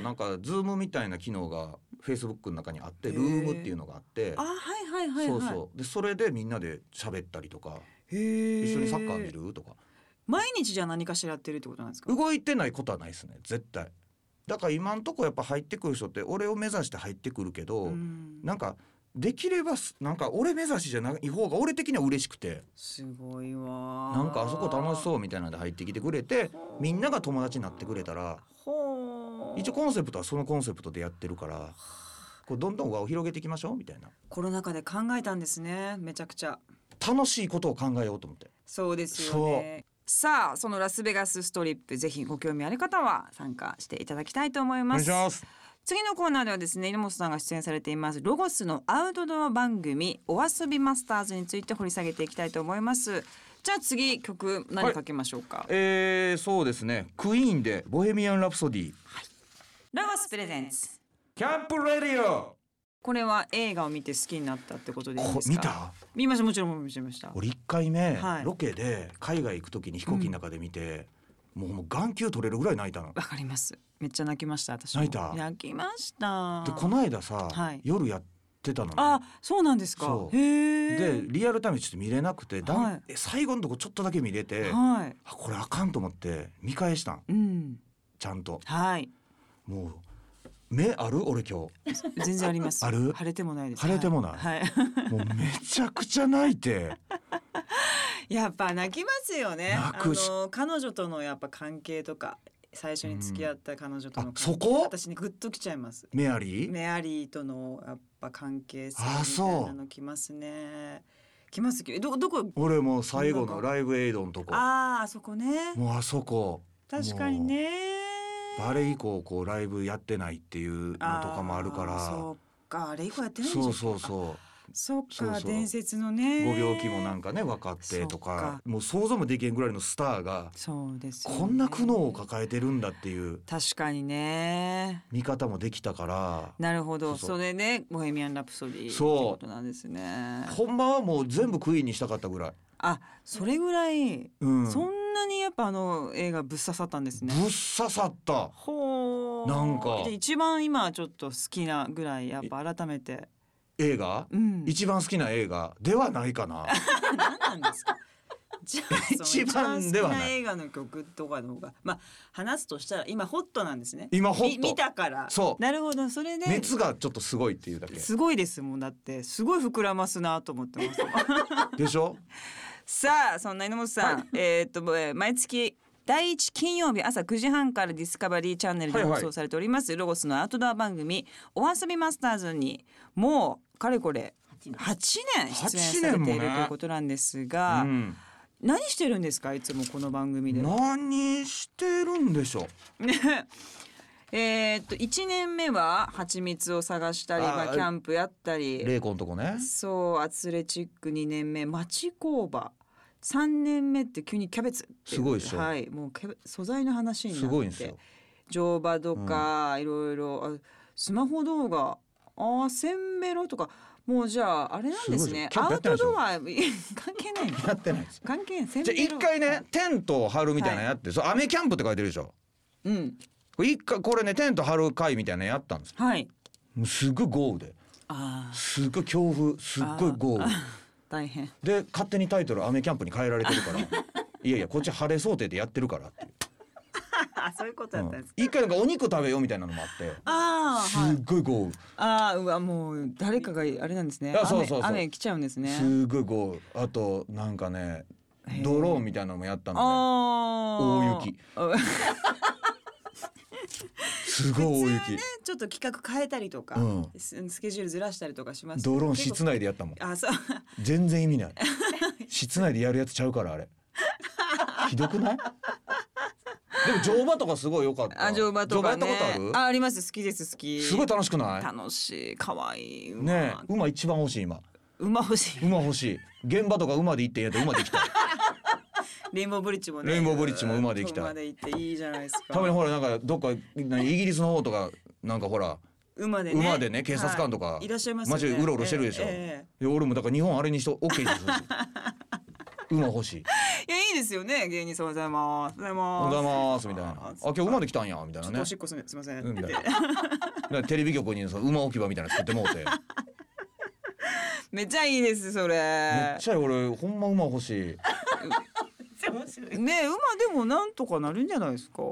Speaker 2: かなんかズームみたいな機能がフェイスブックの中にあって
Speaker 1: へー
Speaker 2: ルームっていうのがあって
Speaker 1: あ、はいはいはいはい
Speaker 2: そうそうでそれでみんなで喋ったりとか
Speaker 1: へ
Speaker 2: 一緒にサッカー見るとか
Speaker 1: 毎日じゃあ何かしらやってるってことなんですか
Speaker 2: 動いてないことはないですね絶対。だから今んとこやっぱ入ってくる人って俺を目指して入ってくるけど、
Speaker 1: うん
Speaker 2: なんかできればすなんか俺目指しじゃない方が俺的には嬉しくて
Speaker 1: すごいわ
Speaker 2: なんかあそこ楽し
Speaker 1: う
Speaker 2: そうみたいなんで入ってきてくれてみんなが友達になってくれたら
Speaker 1: ほう
Speaker 2: 一応コンセプトはそのコンセプトでやってるからこうどんどん輪を広げていきましょうみたいな
Speaker 1: コロナ禍で考えたんですねめちゃくちゃ
Speaker 2: 楽しいことを考えようと思って
Speaker 1: そうですよねさあそのラスベガスストリップぜひご興味ある方は参加していただきたいと思います
Speaker 2: す
Speaker 1: 次のコーナーではですね井本さんが出演されていますロゴスのアウトドア番組お遊びマスターズについて掘り下げていきたいと思いますじゃあ次曲何かけましょうか、
Speaker 2: えー、そうですねクイーンでボヘミアンラプソディ
Speaker 1: ロゴスプレゼンツ
Speaker 2: キャンプレディオ
Speaker 1: これは映画を見て好きになったってことでいい
Speaker 2: こ
Speaker 1: ですか
Speaker 2: 見た
Speaker 1: 見ましたもちろん見ました
Speaker 2: 俺一回目、
Speaker 1: はい
Speaker 2: ロケで海外行く時に飛行機の中で見て、もうもう眼球取れるぐらい泣いたの
Speaker 1: わかりますめっちゃ泣きました私も
Speaker 2: 泣いた
Speaker 1: 泣きました
Speaker 2: でこの間さ、
Speaker 1: はい
Speaker 2: 夜やってたのね
Speaker 1: あそうなんですか
Speaker 2: そう
Speaker 1: へえ
Speaker 2: でリアルタイムでちょっと見れなくて、だん
Speaker 1: はい
Speaker 2: え最後のとこちょっとだけ見れて、
Speaker 1: はい
Speaker 2: あこれあかんと思って見返したん
Speaker 1: うん
Speaker 2: ちゃんと
Speaker 1: はい
Speaker 2: もう目ある俺今
Speaker 1: 全然あります
Speaker 2: <laughs> ある
Speaker 1: 晴れてもないです
Speaker 2: 晴れてもない
Speaker 1: はい、 <laughs> はい
Speaker 2: 日もうめちゃくちゃ泣い
Speaker 1: <laughs>
Speaker 2: て
Speaker 1: やっぱ泣きますよね。
Speaker 2: 泣くし
Speaker 1: あの彼女とのやっぱ関係とか最初に付き合った彼女との関係、
Speaker 2: あそこ
Speaker 1: 私にグッときちゃいます。
Speaker 2: メアリー
Speaker 1: メアリーとのやっぱ関係性み
Speaker 2: あそう
Speaker 1: たいなのきますね。きますけどどこ
Speaker 2: 俺もう最後のライブエイドのとこ
Speaker 1: あああそこね
Speaker 2: もうあそこ
Speaker 1: 確かにね。
Speaker 2: あれ以降こうライブやってないっていうのと
Speaker 1: あー
Speaker 2: かもあるから
Speaker 1: そっかあれ以降やってないんでし
Speaker 2: そ
Speaker 1: ょ
Speaker 2: うそうそう
Speaker 1: そっか
Speaker 2: そうそう
Speaker 1: 伝説のね
Speaker 2: ご病気もなんかね分かってと
Speaker 1: そっ
Speaker 2: か
Speaker 1: か
Speaker 2: もう想像もできへんぐらいのスターが
Speaker 1: そうですよね、
Speaker 2: こんな苦悩を抱えてるんだっていう
Speaker 1: 確かにね
Speaker 2: 見方もできたから
Speaker 1: なるほど
Speaker 2: そう
Speaker 1: そ
Speaker 2: そう
Speaker 1: れで「ボヘミアン・ラプソディ」って
Speaker 2: そう
Speaker 1: ことなんですね。
Speaker 2: ほんまはもう全部クイーンにしたかったぐらい。
Speaker 1: あそれぐらい、
Speaker 2: うん、
Speaker 1: そんなにやっぱあの映画ぶっ刺さったんです
Speaker 2: ぶ
Speaker 1: ね
Speaker 2: っ。刺さった
Speaker 1: ほう。
Speaker 2: なんか
Speaker 1: で一番今ちょっと好きなぐらいやっぱ改めて。
Speaker 2: 映画、
Speaker 1: うん。
Speaker 2: 一番好きな映画ではないか
Speaker 1: <laughs>
Speaker 2: な
Speaker 1: 番何なん
Speaker 2: <laughs>
Speaker 1: ですか。じゃあその
Speaker 2: 一番ではない
Speaker 1: 一番好き映画の曲とかの方がまあ話すとしたら今ホットなんですね。
Speaker 2: 今ホ
Speaker 1: み
Speaker 2: ッ
Speaker 1: 見
Speaker 2: ト
Speaker 1: たから。
Speaker 2: そう
Speaker 1: なるほどそれで。
Speaker 2: 熱がちょっとすごいっていうだけ
Speaker 1: すごいですもんだってすごい膨らますなと思ってます。
Speaker 2: でしょ
Speaker 1: さあそんな榎本さん、えーっとえー毎月第一金曜日朝9時半からディスカバリーチャンネルで
Speaker 2: はい
Speaker 1: 放
Speaker 2: はい
Speaker 1: 送されております、ロゴスのアウトドア番組「お遊びマスターズ」にもうかれこれ
Speaker 3: 八年
Speaker 1: 8年出演されている、
Speaker 2: 八年もね
Speaker 1: ということなんです
Speaker 2: う
Speaker 1: が、
Speaker 2: ん
Speaker 1: 何してるんですかいつもこの番組では。
Speaker 2: 何してるんでしょう
Speaker 1: えーっと1年目は蜂蜜を探したり
Speaker 2: あー
Speaker 1: まあ、キャンプやったり。
Speaker 2: 玲子のとこね
Speaker 1: そうアスレチック2年目町工場3年目って急にキャベツって
Speaker 2: すごいでしょ
Speaker 1: はいもうキャベ素材の話になって
Speaker 2: すごいんですよ
Speaker 1: 乗馬とか、いろいろあスマホ動画ああせんべろとかもうじゃああれなんですね
Speaker 2: すご
Speaker 1: ア
Speaker 2: い
Speaker 1: ウ
Speaker 2: じ
Speaker 1: ト
Speaker 2: ゃんキャンプ
Speaker 1: ドア関係ないの
Speaker 2: やってないです
Speaker 1: 関係ないせん
Speaker 2: じ
Speaker 1: べ
Speaker 2: ゃあ
Speaker 1: ろ
Speaker 2: 一回ねテントを張るみたいなのやって、そう雨キャンプって書いてるでしょ
Speaker 1: うん
Speaker 2: これ一回これねテント張る会みたいなのやったんです
Speaker 1: はい
Speaker 2: もうすっごい豪雨で
Speaker 1: ああ
Speaker 2: すっごい強風すっごい豪雨
Speaker 1: 大変
Speaker 2: で勝手にタイトル「雨キャンプ」に変えられてるか
Speaker 1: <laughs>
Speaker 2: らいやいやこっち晴れ想定でやってるからっていう
Speaker 1: あ <laughs> そういうことだったんですか、
Speaker 2: 一回なんかお肉食べようみたいなのもあって
Speaker 1: ああ、はい
Speaker 2: すっごい豪
Speaker 1: ああうわもう誰かがあれなんですね
Speaker 2: あそうそうそう
Speaker 1: 雨雨来ちゃうんです
Speaker 2: 雨
Speaker 1: ね
Speaker 2: すっごい豪雨あとなんかね
Speaker 1: へえ
Speaker 2: ドローンみたいなのもやったのね
Speaker 1: あ
Speaker 2: 大雪
Speaker 1: 大雪
Speaker 2: すごい大雪
Speaker 1: ちょっと企画変えたりとか、
Speaker 2: うん
Speaker 1: ススケジュールずらしたりとかしますけど
Speaker 2: ドローン
Speaker 1: 結構
Speaker 2: 室内でやったもん <laughs>
Speaker 1: あそう
Speaker 2: 全然意
Speaker 1: <laughs>
Speaker 2: 味ない室内でやるやつちゃうからあれひどくないでも乗馬とかすごい良かった
Speaker 1: あ乗馬とかね
Speaker 2: 乗馬やったことあ
Speaker 1: ああります好きです好き
Speaker 2: るすごい楽しくない
Speaker 1: 楽しい可愛い馬
Speaker 2: ねえ馬一番欲しい今
Speaker 1: 馬欲しい <laughs>
Speaker 2: 馬欲しい現場とか馬で行ってんやったら馬できた
Speaker 1: レインボーブリッジもね
Speaker 2: レインボーブリッジも馬で行きたい
Speaker 1: 馬で行っていいじゃないですか
Speaker 2: たまにほらなんかどっか何イギリスの方とかなんかほら
Speaker 1: 馬でね
Speaker 2: 馬でね警察官と
Speaker 1: は
Speaker 2: か
Speaker 1: い、いらっしゃいますよね
Speaker 2: 街でうろうろしてるでしょ
Speaker 1: えええ
Speaker 2: いや俺もだから日本あれにして OK
Speaker 1: <laughs>
Speaker 2: にするし馬欲しい
Speaker 1: えいやいいですよね芸人さんおはようございますおはよう
Speaker 2: 「お
Speaker 1: ございう
Speaker 2: はよござい
Speaker 1: ま
Speaker 2: ますす」みたいな「あ
Speaker 1: ちょ
Speaker 2: 今日馬で来たんや」みたいな
Speaker 1: っ
Speaker 2: ね
Speaker 1: とおしっこすみすいません、
Speaker 2: うんみたいなだからテレビ局にその馬置き場みたいなの作ってもうて。
Speaker 1: <laughs> めっちゃいいですそれ
Speaker 2: めっちゃ俺ほんま馬欲しい
Speaker 3: 面白い
Speaker 1: ねえ馬でもなんとかなるんじゃないですか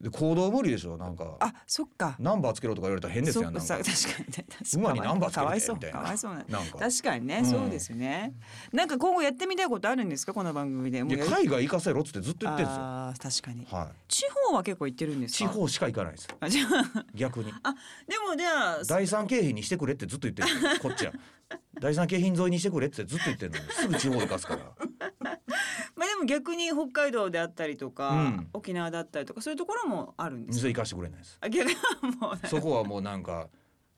Speaker 2: で行動無理でしょなんか
Speaker 1: あそっか
Speaker 2: ナンバーつけろとか言われたら変ですやん
Speaker 1: そ
Speaker 2: な
Speaker 1: っ
Speaker 2: ん
Speaker 1: かさ
Speaker 2: か
Speaker 1: 確かにね確かに
Speaker 2: 馬にナンバーつけて
Speaker 1: かわいそう
Speaker 2: みたい
Speaker 1: か
Speaker 2: な
Speaker 1: わいそうな
Speaker 2: なんか
Speaker 1: 確かにね、
Speaker 2: うん
Speaker 1: そうですねなんか今後やってみたいことあるんですかこの番組でも
Speaker 2: いう
Speaker 1: や
Speaker 2: や
Speaker 1: る
Speaker 2: 海外行かせろっつってずっと言ってるんですよ
Speaker 1: あー確かに
Speaker 2: は
Speaker 1: 地方は結構行ってるんで
Speaker 2: い
Speaker 1: す
Speaker 2: 地
Speaker 1: か
Speaker 2: 方しか行かないです
Speaker 1: あじゃ <laughs> あ
Speaker 2: 逆に
Speaker 1: でもじゃあそ
Speaker 2: 第三景品にしてくれってずっと言ってるん
Speaker 1: <laughs>
Speaker 2: ですよこっちは第三景品沿いにしてくれってずっと言ってるのにすぐ地方で貸す
Speaker 1: <laughs>
Speaker 2: から
Speaker 1: まあでも逆に北海道であったりとか、
Speaker 2: うん
Speaker 1: 沖縄だったりとかそういうところもあるんですか
Speaker 2: 水行かしてくれないです
Speaker 1: あ逆にもう
Speaker 2: そこはもうなんか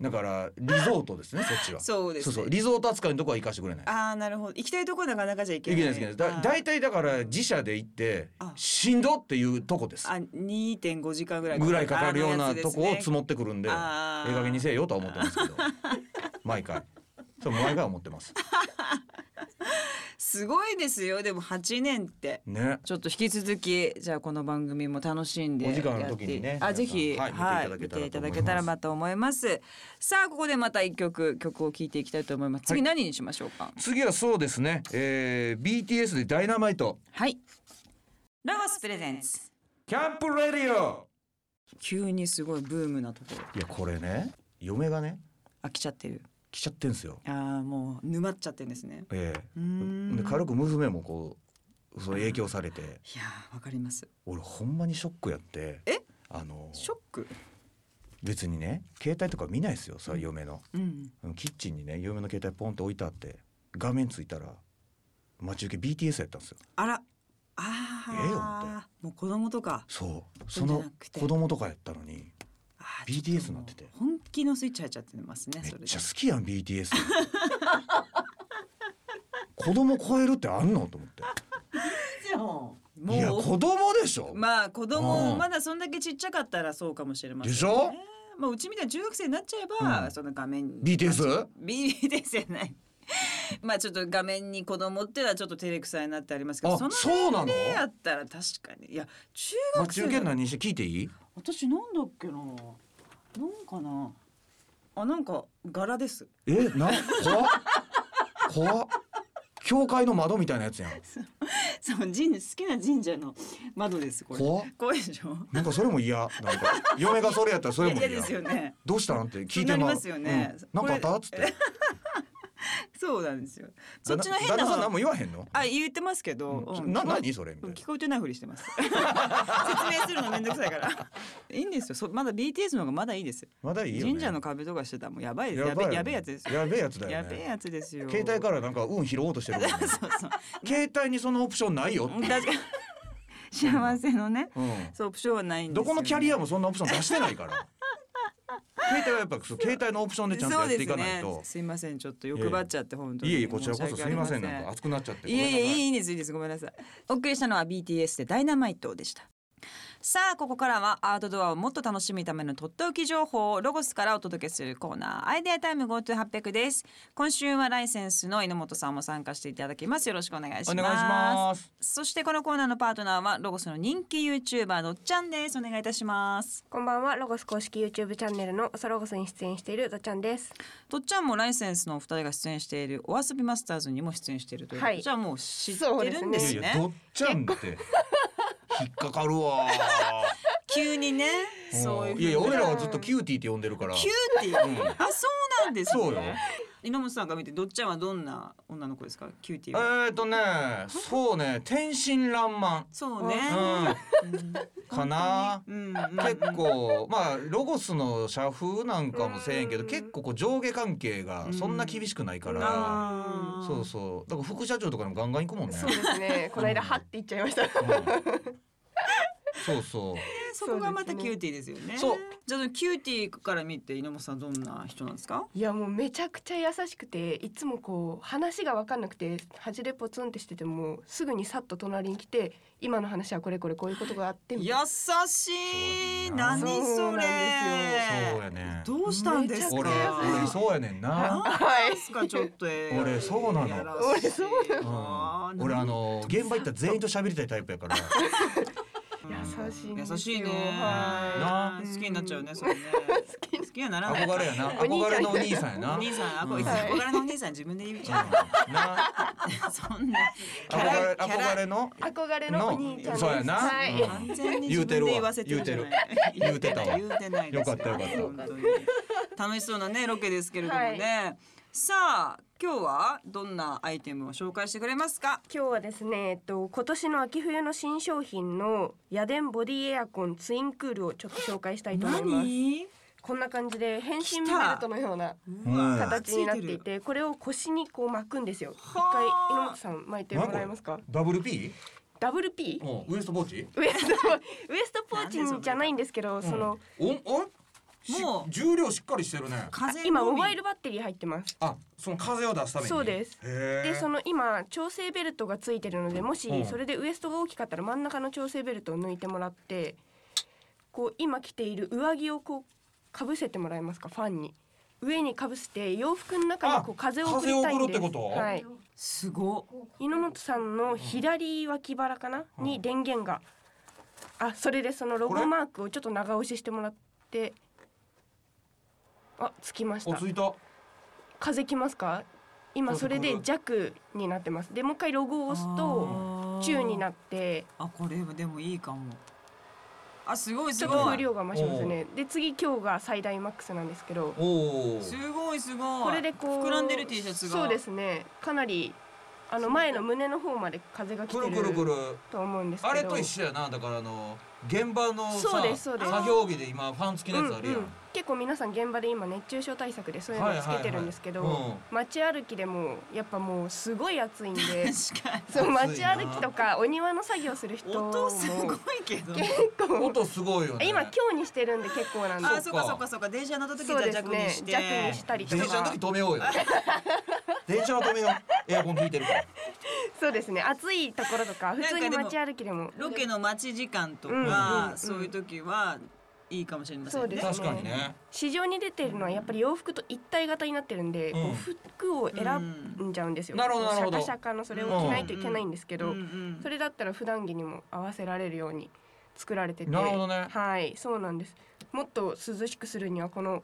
Speaker 2: だからリゾートですねそっちは
Speaker 1: そうです
Speaker 2: そう
Speaker 1: ね
Speaker 2: そうリゾート扱いのとこは行かしてくれない
Speaker 1: ああなるほど行きたいところなかなかじゃ行
Speaker 2: いけ
Speaker 1: け
Speaker 2: な
Speaker 1: ないい
Speaker 2: ですいけないですだ大体だから自社で行って
Speaker 1: あ
Speaker 2: しんどっていうとこです
Speaker 1: あ2.5時間ぐらい
Speaker 2: ぐらいかかるよう
Speaker 1: あの
Speaker 2: な
Speaker 1: やつです
Speaker 2: と
Speaker 1: ね
Speaker 2: こを積もってくるんで、ええ
Speaker 1: あー
Speaker 2: 加減にせえよとは思ってます
Speaker 1: <laughs>
Speaker 2: けど、毎回。そう毎回思ってます。
Speaker 1: すごいですよでも8年って <laughs>
Speaker 2: ね。
Speaker 1: ちょっと引き続きじゃあこの番組も楽しんで
Speaker 2: お時間の時にね
Speaker 1: やってあぜひ
Speaker 2: 皆さん
Speaker 1: は
Speaker 2: はいい
Speaker 1: 見
Speaker 2: 見
Speaker 1: て
Speaker 2: て
Speaker 1: い
Speaker 2: い
Speaker 1: た
Speaker 2: た
Speaker 1: だ
Speaker 2: だ
Speaker 1: け
Speaker 2: け
Speaker 1: た
Speaker 2: た
Speaker 1: ら
Speaker 2: ら
Speaker 1: また思いますさあここでまた一曲曲を聴いていきたいと思います次何にしましょうか
Speaker 2: 次はそうですね、えー、BTS でダイナマイト
Speaker 1: はいラゴスプレゼンツ
Speaker 2: キャンプレディオ
Speaker 1: 急にすごいブームなところ
Speaker 2: いやこれね嫁がね
Speaker 1: 飽きちゃってる
Speaker 2: 来ちゃってんすよ、
Speaker 1: ああもう沼っちゃってるんですね
Speaker 2: え
Speaker 1: うー
Speaker 2: え
Speaker 1: ん
Speaker 2: で軽く娘もこうその影響されて
Speaker 1: いやーわかります
Speaker 2: 俺ほんまにショックやって
Speaker 1: え
Speaker 2: あの
Speaker 1: ショック
Speaker 2: 別にね携帯とか見ないですよさ嫁の、
Speaker 1: うん
Speaker 2: あのキッチンにね嫁の携帯ポンって置いてあって画面ついたら待ち受け BTS やったんですよ
Speaker 1: あらあ
Speaker 2: ええよ思っ
Speaker 1: あもう子供とか
Speaker 2: そう
Speaker 1: そう
Speaker 2: そ
Speaker 1: じゃな
Speaker 2: の
Speaker 1: くて
Speaker 2: 子供とかやったのに
Speaker 1: あーちょっと
Speaker 2: BTS になってて
Speaker 1: もう本気のスイッチ入っちゃってますね
Speaker 2: めっ
Speaker 1: それで
Speaker 2: ちゃ好きやん BTS <laughs> 子供超えるってあんのと思って
Speaker 3: じゃん
Speaker 1: もう
Speaker 2: いや子供でしょ、
Speaker 1: まあ子供
Speaker 2: うん
Speaker 1: まだそんだけちっちゃかったらそうかもしれません、ね、
Speaker 2: でしょ
Speaker 1: まあうちみたいな中学生になっちゃえば、
Speaker 2: うん
Speaker 1: その画面
Speaker 2: BTS?
Speaker 1: BTS じゃないまあちょっと画面に子供っていうのはちょっと照れくさいなってありますけど
Speaker 2: あ
Speaker 1: その
Speaker 2: そうなの
Speaker 1: 年齢やったら確かにいや中
Speaker 2: 待
Speaker 1: 学
Speaker 2: ち
Speaker 1: 生
Speaker 2: 受け
Speaker 1: だ
Speaker 2: 何して聞いていい
Speaker 3: 私なんだっけな。なんかな。
Speaker 1: あなんか柄です
Speaker 2: えな怖っ怖っ教会の窓みたいなやつやん
Speaker 1: そう神好きな神社の窓ですこれ
Speaker 2: 怖っ
Speaker 1: 怖いでしょ
Speaker 2: なんかそれも嫌なんか嫁がそれやったらそれも
Speaker 1: いや
Speaker 2: 嫌
Speaker 1: 嫌ですよね
Speaker 2: どうしたんって聞いて
Speaker 1: そうな
Speaker 2: ま
Speaker 1: りますよね
Speaker 2: うん、なんかあったっつって
Speaker 1: そうなんですよそっちの
Speaker 2: だ
Speaker 1: 変
Speaker 2: 旦那
Speaker 1: な
Speaker 2: さん何
Speaker 1: 方
Speaker 2: も言わへんの
Speaker 1: あ言ってますけど、
Speaker 2: うん
Speaker 1: うん
Speaker 2: な何それみた
Speaker 1: う
Speaker 2: い
Speaker 1: ん
Speaker 2: な
Speaker 1: 聞こえてないふりしてます。 <laughs> 説明するのめんどくさいから。いいんですよ。そまだ BTS の方がまだいいです。
Speaker 2: まだいいよ、ね、
Speaker 1: 神社の壁とかしてたらもうやばいです。
Speaker 2: や
Speaker 1: やべ
Speaker 2: ばいよね
Speaker 1: やべえやつですよ。
Speaker 2: やべえやつだ
Speaker 1: や
Speaker 2: よ
Speaker 1: べえ
Speaker 2: ね
Speaker 1: やつですよ。
Speaker 2: 携帯からなんか運拾おうとしてるもん
Speaker 1: <laughs> そ
Speaker 2: ね
Speaker 1: うそう。
Speaker 2: 携帯にそのオプションないよって
Speaker 1: 確かに
Speaker 2: <laughs>
Speaker 1: 幸せのね。
Speaker 2: うん
Speaker 1: そうオプションはないんですよ、ね。
Speaker 2: どこのキャリアもそんなオプション出してない
Speaker 1: <laughs>
Speaker 2: から携帯はやっぱそう携帯のオプションでちゃんとやっていかな
Speaker 1: そうで
Speaker 2: い
Speaker 1: す
Speaker 2: と
Speaker 1: ね。、すいませんちょっと欲張っちゃって本当に。
Speaker 2: いえいえこちらこそ
Speaker 1: 申し
Speaker 2: す
Speaker 1: 訳
Speaker 2: み
Speaker 1: あ
Speaker 2: ま
Speaker 1: り
Speaker 2: せんなんか熱くなっちゃって
Speaker 1: いえいえいい
Speaker 2: え
Speaker 1: いいんですいいんですごめんなさいお送りしたのは BTS でダイナマイトでしたさあここからはアートドアをもっと楽しむためのとっておき情報をロゴスからお届けするコーナーアイデアタイム GoTo800 です今週はライセンスの井本さんも参加していただきますよろしくお願いします
Speaker 2: お願いします
Speaker 1: そしてこのコーナーのパートナーはロゴスの人気 YouTuber のっちゃんですお願いいたします
Speaker 4: こんばんは、ロゴス公式 YouTube チャンネルのソロゴスに出演しているどちゃんです。
Speaker 1: とっちゃんもライセンスのお二人が出演しているお遊びマスターズにも出演しているという、
Speaker 4: はい
Speaker 1: じゃあもう知って
Speaker 4: そうです
Speaker 1: る
Speaker 4: ね
Speaker 1: んで
Speaker 2: いや
Speaker 1: す
Speaker 2: い
Speaker 1: ね
Speaker 2: やどっちゃんって引っかかるわ
Speaker 1: 急にね
Speaker 2: う
Speaker 1: <laughs>
Speaker 2: ん
Speaker 1: そういうふうに
Speaker 2: いやいや俺らはずっとキューティーって呼んでるから
Speaker 1: キューティー。
Speaker 2: うん
Speaker 1: あ、そうなんですね。
Speaker 2: そうよ
Speaker 1: 井上さんが見て、どっちゃんはどんな女の子ですか、キューティ
Speaker 2: え
Speaker 1: ーは。
Speaker 2: ーとねそうね天真爛漫
Speaker 1: そうね。
Speaker 2: うんかな
Speaker 1: うん、 <laughs> うん
Speaker 2: 結。構まあロゴスの社風なんかもせえへんけど
Speaker 4: うん
Speaker 2: 結構こう上下関係がそんな厳しくないから
Speaker 1: あー
Speaker 2: そうそうだから副社長とかにもガンガン行くもんね
Speaker 4: そうです <laughs> ね、この間はって言っちゃいました。
Speaker 2: うんそうそ
Speaker 1: でそこがまたキューティーですよね。
Speaker 2: そう。
Speaker 1: じゃあ、そのキューティーから見て、井上さんどんな人なんですか。
Speaker 4: いやもうめちゃくちゃ優しくていつもこう話が分かんなくて端でポツンってしててもすぐにさっと隣に来て今の話はこれこれこういうことがあって
Speaker 1: 優
Speaker 4: みたいな
Speaker 1: しい。
Speaker 2: そうだ
Speaker 1: 何
Speaker 2: ね
Speaker 1: それ。
Speaker 2: うそうやね
Speaker 1: <laughs> どうしたんですか。
Speaker 2: 俺
Speaker 4: め
Speaker 2: 俺
Speaker 4: ちゃくちゃ
Speaker 2: そうやねんな
Speaker 1: なんですか、ちょっと。
Speaker 2: 俺そうなの
Speaker 1: やらしい
Speaker 4: 俺そうな
Speaker 1: あー
Speaker 2: 俺あの現場行ったら全員と喋りたいタイプやから
Speaker 4: 優しいんですよ
Speaker 1: 優しいね。
Speaker 4: は
Speaker 1: ない好きになっちゃうね。そ
Speaker 4: <laughs>
Speaker 1: れね。好きに <laughs> ならない。
Speaker 2: 憧れやな
Speaker 4: お兄ちゃ
Speaker 2: 憧
Speaker 4: ん
Speaker 2: れのお兄さんやな
Speaker 1: お兄さん、あこいつ
Speaker 2: うん
Speaker 1: 憧れのお兄さん自分で言うじゃん。
Speaker 2: うんな
Speaker 1: <laughs> そんなキャ
Speaker 2: 憧れ
Speaker 1: ラキャ
Speaker 2: 憧
Speaker 1: ラ
Speaker 2: れの
Speaker 4: 憧れのお兄ちゃんです
Speaker 2: そうやな
Speaker 4: はい
Speaker 2: うん
Speaker 1: 完全に自分で言わせてるじゃない。
Speaker 2: 言うてるわ
Speaker 1: 言うてない。言うてないです
Speaker 2: よかったよかった
Speaker 1: 本当に楽しそうなねロケですけれどもね。さあ今日はどんなアイテムを紹介してくれますか。
Speaker 4: 今日はですね、えっと、今年の秋冬の新商品の夜電ボディエアコンツインクールをちょっと紹介したいと思います
Speaker 1: 何？
Speaker 4: こんな感じで変身ベルトのような
Speaker 1: うわ
Speaker 4: 形になってい
Speaker 1: つる
Speaker 4: てこれを腰にこう巻くんですよ一
Speaker 1: は
Speaker 4: 回
Speaker 1: あ
Speaker 4: 井本さん巻いてもらえますか
Speaker 2: ダブル P?
Speaker 4: ダブル P
Speaker 2: おウエストポーチ
Speaker 4: ウエストウエストポーチじゃないんですけどその
Speaker 2: うんおお
Speaker 1: もう
Speaker 2: し重量しっかりしてるね
Speaker 1: 風
Speaker 4: 今モバイルバッテリー入ってます
Speaker 2: あその風を出すために
Speaker 4: そうです
Speaker 2: へえ
Speaker 4: でその今調整ベルトがついてるのでも
Speaker 2: う
Speaker 4: し
Speaker 2: ん
Speaker 4: それでウエストが大きかったら真ん中の調整ベルトを抜いてもらってこう今着ている上着をこうかぶせてもらえますかファンに上にかぶせて洋服の中にこう
Speaker 2: あ
Speaker 4: 風を送りたいん
Speaker 2: 風を
Speaker 4: です
Speaker 2: 送るってこと
Speaker 4: はい
Speaker 1: すごっ。
Speaker 4: 井本さんの左脇腹かな、
Speaker 2: うん
Speaker 4: に電源があそれでそのロ
Speaker 2: これ
Speaker 4: ゴマークをちょっと長押ししてもらってあつきまし
Speaker 2: お
Speaker 4: た
Speaker 2: ついた
Speaker 4: 風きますか今
Speaker 2: そうそ
Speaker 4: そうれで弱になってますでもう一回ロゴを押すと中になって
Speaker 1: あこれでもいいかもあすごい
Speaker 4: ち
Speaker 1: す
Speaker 4: ょっと
Speaker 1: ご
Speaker 4: 風
Speaker 1: い
Speaker 4: 量が増しますねで次今日が最大マックスなんですけど
Speaker 2: おお
Speaker 1: すごいすごい
Speaker 4: これでこう
Speaker 1: 膨らんでる T シャツが
Speaker 4: そうですねかなりあの前の胸の方まで風が来
Speaker 2: くる
Speaker 4: て
Speaker 2: くるく
Speaker 4: る
Speaker 2: る
Speaker 4: と思うんですけど
Speaker 2: あれと一緒やなだからあの現場の
Speaker 4: そ
Speaker 2: さ
Speaker 4: うですそうです
Speaker 2: 作業着で今ファン付きのやつあるやん、
Speaker 4: うんうん結構皆さん現場で今熱中症対策でそういうのをつけてるんですけど、
Speaker 2: はいはいはいうん
Speaker 4: 街歩きでもやっぱもうすごい暑
Speaker 2: <laughs>
Speaker 4: いんで
Speaker 1: <laughs> 確か
Speaker 4: そう
Speaker 2: 暑い
Speaker 4: 街
Speaker 2: な
Speaker 4: 歩きとかお庭の作業する人
Speaker 1: に
Speaker 4: も
Speaker 1: 音すごい
Speaker 4: 結
Speaker 1: けど
Speaker 4: 構
Speaker 2: 音すごいよね
Speaker 4: 今今日にしてるんで結構なんで
Speaker 1: あそ
Speaker 4: す
Speaker 1: うかそうかそうか電車乗った時じゃ弱にして
Speaker 4: そうですね弱にしたりとか
Speaker 2: 電車の時止めよう
Speaker 4: <laughs>
Speaker 2: よ電車は止めようエアコン効いてるから
Speaker 4: そうですね暑いところとか
Speaker 1: んか
Speaker 4: 普通に
Speaker 1: でも
Speaker 4: 街歩きでも
Speaker 1: ロケの待ち時間と
Speaker 4: うんうん
Speaker 1: か、
Speaker 4: うん
Speaker 1: そういう時はいいかもしれませんね。
Speaker 4: そうです
Speaker 2: 確かにね。
Speaker 4: 市場に出てるのはやっぱり洋服と一体型になってるんで、
Speaker 2: うん
Speaker 4: こう服を選んじゃうんですよ、
Speaker 2: うんなるほどなるほど
Speaker 4: シャカシャカのそれを着ないといけないんですけど、
Speaker 1: うんうん
Speaker 4: それだったら普段着にも合わせられるように作られてて
Speaker 2: なるほどね
Speaker 4: はいそうなんですもっと涼しくするにはこの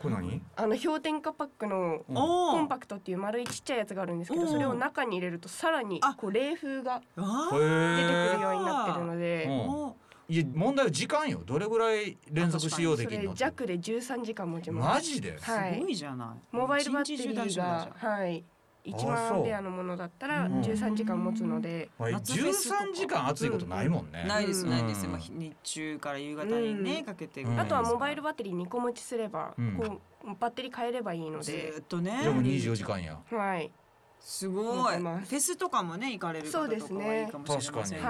Speaker 2: これ何？
Speaker 4: あの氷点下パックの
Speaker 2: うん
Speaker 1: お
Speaker 4: コ
Speaker 1: ー
Speaker 4: ンパクトっていう丸いちっちゃいやつがあるんですけ
Speaker 1: お
Speaker 4: ど
Speaker 1: ー
Speaker 4: それを中に入れるとさらに
Speaker 1: あ
Speaker 4: こう冷風が
Speaker 1: わー
Speaker 4: 出てくる
Speaker 2: へ
Speaker 4: ようになってるの
Speaker 2: え。
Speaker 4: で
Speaker 2: うん
Speaker 1: おー
Speaker 2: いや問題は時間よ。どれぐらい連続使用で
Speaker 4: そ
Speaker 2: きる
Speaker 4: れ
Speaker 2: の？
Speaker 4: 弱で13時間持ちます
Speaker 2: マジで？
Speaker 4: はい
Speaker 1: すごいじゃない。
Speaker 4: モバイルバッテリ
Speaker 1: 一日中大丈
Speaker 4: ー
Speaker 1: 夫だ
Speaker 4: がはい1万
Speaker 2: あそ
Speaker 4: ア
Speaker 2: う
Speaker 4: ンペアのものだったら
Speaker 2: うん
Speaker 4: 13時間持つので、
Speaker 2: はい、
Speaker 1: 夏フェスとか
Speaker 2: 13時間暑いことないもんね
Speaker 1: じゃん。。ないです
Speaker 4: うん
Speaker 1: ないです。まあ日中から夕方にね
Speaker 4: うん
Speaker 1: かけて
Speaker 2: うん
Speaker 4: あとはモバイル
Speaker 1: バ
Speaker 4: バッテリー2個持ちすれば、
Speaker 2: うん
Speaker 4: こうバッテリー変えればいいの
Speaker 1: ず
Speaker 4: で、
Speaker 1: ーっとね
Speaker 2: で。も24時間や。
Speaker 4: はい、
Speaker 1: すごい。フ
Speaker 4: まあ
Speaker 1: ェスとかもね行かれる方とかはいいかもしれませんね。
Speaker 4: そうですね